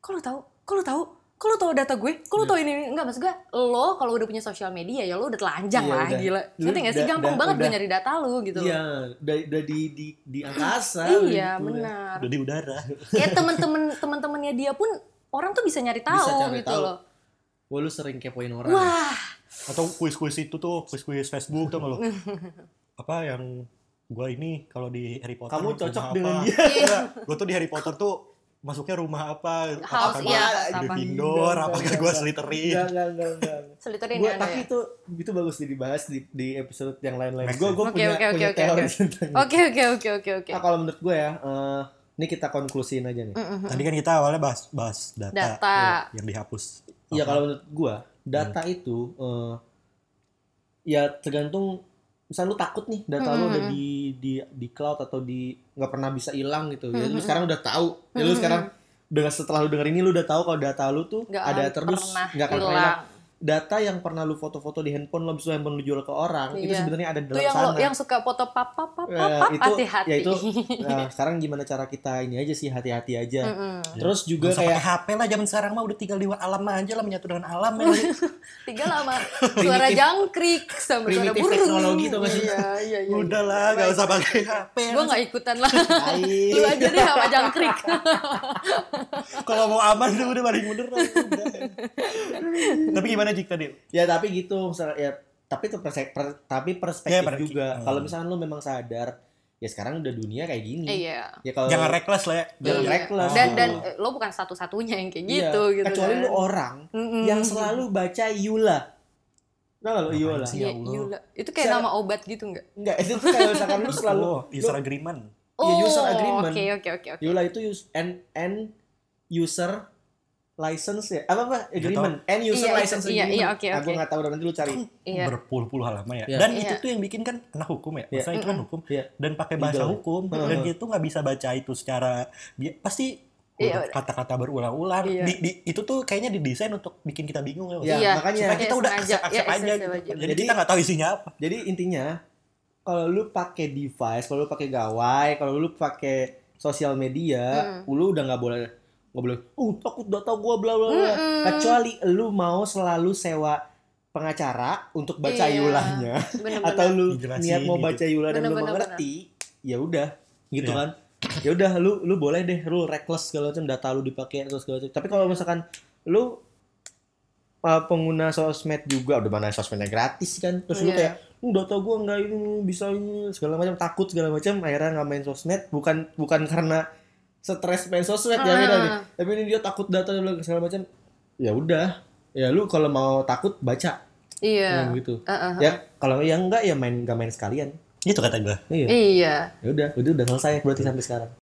Speaker 2: kalau tahu kalau tahu kalau tahu data gue
Speaker 3: Iya.
Speaker 2: kalau tahu ini, ini nggak maksud gue lo kalau udah punya sosial media ya lo udah telanjang
Speaker 3: Iya,
Speaker 2: lah
Speaker 3: udah.
Speaker 2: gila
Speaker 3: Lu
Speaker 2: ngerti nggak sih
Speaker 3: udah-
Speaker 2: gampang
Speaker 3: udah-
Speaker 2: banget gue
Speaker 3: udah.
Speaker 2: nyari data lo gitu loh.
Speaker 3: Iya, udah, udah di, di, di angkasa.
Speaker 2: iya
Speaker 3: gitu.
Speaker 2: benar
Speaker 1: Udah di udara.
Speaker 2: kayak temen-temen temen-temennya dia pun orang tuh bisa nyari tahu
Speaker 3: cari
Speaker 2: gitu
Speaker 3: tahu.
Speaker 2: loh
Speaker 3: Wah, lu sering kepoin orang.
Speaker 2: wah
Speaker 1: Atau kuis-kuis itu tuh, kuis-kuis Facebook tuh lo. Apa yang gua ini kalau di Harry Potter
Speaker 3: Kamu
Speaker 1: rumah
Speaker 3: cocok
Speaker 1: apa?
Speaker 3: dengan dia.
Speaker 2: iya.
Speaker 1: Enggak, gua tuh di Harry Potter tuh masuknya rumah apa?
Speaker 2: House,
Speaker 1: gua
Speaker 2: iya,
Speaker 1: Gryffindor?
Speaker 3: apa
Speaker 1: Apakah gua Slytherin?
Speaker 3: Enggak, enggak, enggak, enggak.
Speaker 2: seliterin
Speaker 3: Gua-
Speaker 2: ya Anda
Speaker 3: tapi
Speaker 2: ya?
Speaker 3: itu itu bagus nih dibahas di, di episode yang lain-lain.
Speaker 1: Next
Speaker 3: Gue
Speaker 1: time.
Speaker 3: gue
Speaker 2: Oke,
Speaker 3: punya,
Speaker 2: oke, oke,
Speaker 3: punya
Speaker 2: oke,
Speaker 3: teori
Speaker 2: oke.
Speaker 3: tentang ini.
Speaker 2: Oke oke oke oke oke.
Speaker 3: Nah, kalau menurut gue ya, eh, ini kita konklusiin aja nih.
Speaker 2: Mm-mm.
Speaker 1: Tadi kan kita awalnya bahas bahas data,
Speaker 2: mm, Data.
Speaker 1: yang dihapus.
Speaker 3: Iya
Speaker 1: Apa?
Speaker 3: kalau menurut gua data itu eh, ya tergantung misal lu takut nih data lu ada
Speaker 2: Mm-mm.
Speaker 3: di di di cloud atau di nggak pernah bisa hilang gitu ya lu
Speaker 2: Mm-mm.
Speaker 3: sekarang udah tahu ya lu
Speaker 2: Mm-mm.
Speaker 3: sekarang dengan setelah lu denger ini lu udah tahu kalau data lu tuh
Speaker 2: Nggak
Speaker 3: ada
Speaker 2: akan
Speaker 3: terus
Speaker 2: pernah
Speaker 3: nggak akan pernah hilang
Speaker 2: hilang.
Speaker 3: data yang pernah lu foto-foto di handphone lu habis itu handphone lu jual ke orang itu
Speaker 2: Iya.
Speaker 3: sebenarnya ada di
Speaker 2: Itu
Speaker 3: dalam
Speaker 2: yang
Speaker 3: sana
Speaker 2: lo, yang suka foto pap pap pap
Speaker 3: Eh,
Speaker 2: pap pap,
Speaker 3: itu-
Speaker 2: hati-hati.
Speaker 3: ya itu- Nah, sekarang gimana cara kita ini aja sih hati-hati aja
Speaker 2: Mm-mm.
Speaker 3: terus juga
Speaker 1: Gak usah
Speaker 3: kayak
Speaker 1: pakai HP lah zaman sekarang mah udah tinggal di alam aja lah menyatu dengan alam ya.
Speaker 2: Tiga lama suara jangkrik sama suara
Speaker 3: primitif
Speaker 2: burung.
Speaker 3: teknologi tuh maksudnya.
Speaker 2: Iya iya iya.
Speaker 1: udah lah gak usah pakai HP.
Speaker 2: Gue nggak ikutan lah.
Speaker 3: Tai.
Speaker 2: Lu aja deh sama jangkrik. Iya.
Speaker 1: Kalau mau aman tuh udah paling bener. lah, udah. Tapi gimana jika dia
Speaker 3: ya tapi gitu misalnya ya tapi itu perse- per- tapi
Speaker 1: Ya,
Speaker 3: perspektif
Speaker 1: per-
Speaker 3: juga
Speaker 1: hmm.
Speaker 3: kalau misalnya lu memang sadar ya sekarang udah dunia kayak gini
Speaker 2: Iya.
Speaker 3: ya kalau
Speaker 1: jangan reckless lah ya?
Speaker 3: Jangan
Speaker 2: Iya.
Speaker 3: reckless.
Speaker 2: Dan
Speaker 1: Oh.
Speaker 2: dan eh, lo bukan satu-satunya yang kayak
Speaker 3: Iya,
Speaker 2: gitu gitu.
Speaker 3: kecuali
Speaker 2: kan.
Speaker 3: lu
Speaker 2: Hmm.
Speaker 3: Ya, orang
Speaker 2: Mm-mm.
Speaker 3: yang selalu baca Yula Tau gak lu
Speaker 1: Ngapain
Speaker 3: Yula?
Speaker 1: sih?
Speaker 2: Iya,
Speaker 1: Ya Allah.
Speaker 2: Yula. Itu kayak
Speaker 3: Secara-
Speaker 2: nama obat gitu nggak?
Speaker 3: Enggak, itu tuh kayak misalkan lu Kan selalu
Speaker 1: Oh, user
Speaker 3: lu-
Speaker 1: agreement.
Speaker 3: Iya, user agreement.
Speaker 2: Oh, Oke oke oke oke.
Speaker 3: Yula itu use, end, end user license ya? Apa apa? Agreement. End user
Speaker 2: Iya,
Speaker 3: license
Speaker 2: iya, iya,
Speaker 3: agreement.
Speaker 2: oke,
Speaker 3: Aku
Speaker 2: oke.
Speaker 3: nggak tahu udah nanti lu cari.
Speaker 2: Iya.
Speaker 1: berpuluh-puluh halaman ya.
Speaker 3: Iya.
Speaker 1: Dan
Speaker 2: Iya.
Speaker 1: itu tuh yang bikin kan anak hukum ya.
Speaker 3: Iya.
Speaker 1: Maksudnya itu kan hukum.
Speaker 3: Iya.
Speaker 1: Dan pakai bahasa
Speaker 3: Legal.
Speaker 1: hukum.
Speaker 3: Heeh.
Speaker 1: Dan itu nggak bisa baca itu secara bi- pasti
Speaker 2: Iya.
Speaker 1: kata-kata berulang-ulang.
Speaker 2: Iya.
Speaker 1: Di- di- itu tuh kayaknya didesain untuk bikin kita bingung ya. Mas.
Speaker 3: Iya,
Speaker 2: Iya,
Speaker 3: makanya.
Speaker 1: Supaya kita
Speaker 2: Kayak
Speaker 1: udah
Speaker 2: sengaja.
Speaker 1: accept-accept
Speaker 2: Iya,
Speaker 1: aja
Speaker 2: accept
Speaker 1: gitu.
Speaker 2: aja.
Speaker 1: Jadi,
Speaker 3: Jadi-
Speaker 1: kita nggak tahu isinya apa.
Speaker 3: Jadi intinya kalau lu pakai device, kalau lu pakai gawai, kalau lu pakai sosial media, lu udah nggak boleh nggak boleh. Oh takut data gua bla bla bla.
Speaker 2: Mm-mm.
Speaker 3: Kecuali lu mau selalu sewa pengacara untuk baca
Speaker 2: Iya.
Speaker 3: yulahnya
Speaker 2: Bener-bener.
Speaker 3: atau lu
Speaker 1: Dijelasin
Speaker 3: niat mau
Speaker 1: gitu.
Speaker 3: baca yulah dan lu
Speaker 2: Bener-bener.
Speaker 3: mengerti, ya udah gitu
Speaker 1: Iya.
Speaker 3: kan. Ya udah lu lu boleh deh lu reckless segala macam data lu dipakai terus segala macam. Tapi kalau misalkan lu uh, pengguna sosmed juga udah mana sosmednya gratis kan terus lu
Speaker 2: Iya.
Speaker 3: kayak "Hmm, data gua nggak ini bisa ini segala macam takut segala macam akhirnya nggak main sosmed bukan bukan karena stres main sosmed ya
Speaker 2: Ah.
Speaker 3: beda nih. tapi ini dia takut data dia bilang segala macam ya udah ya lu kalau mau takut baca
Speaker 2: Iya.
Speaker 3: Nah, gitu
Speaker 2: Heeh.
Speaker 3: ya kalau yang enggak ya main nggak main sekalian
Speaker 1: Gitu kata gue.
Speaker 3: iya
Speaker 2: Iya.
Speaker 3: ya udah udah udah selesai berarti sampai sekarang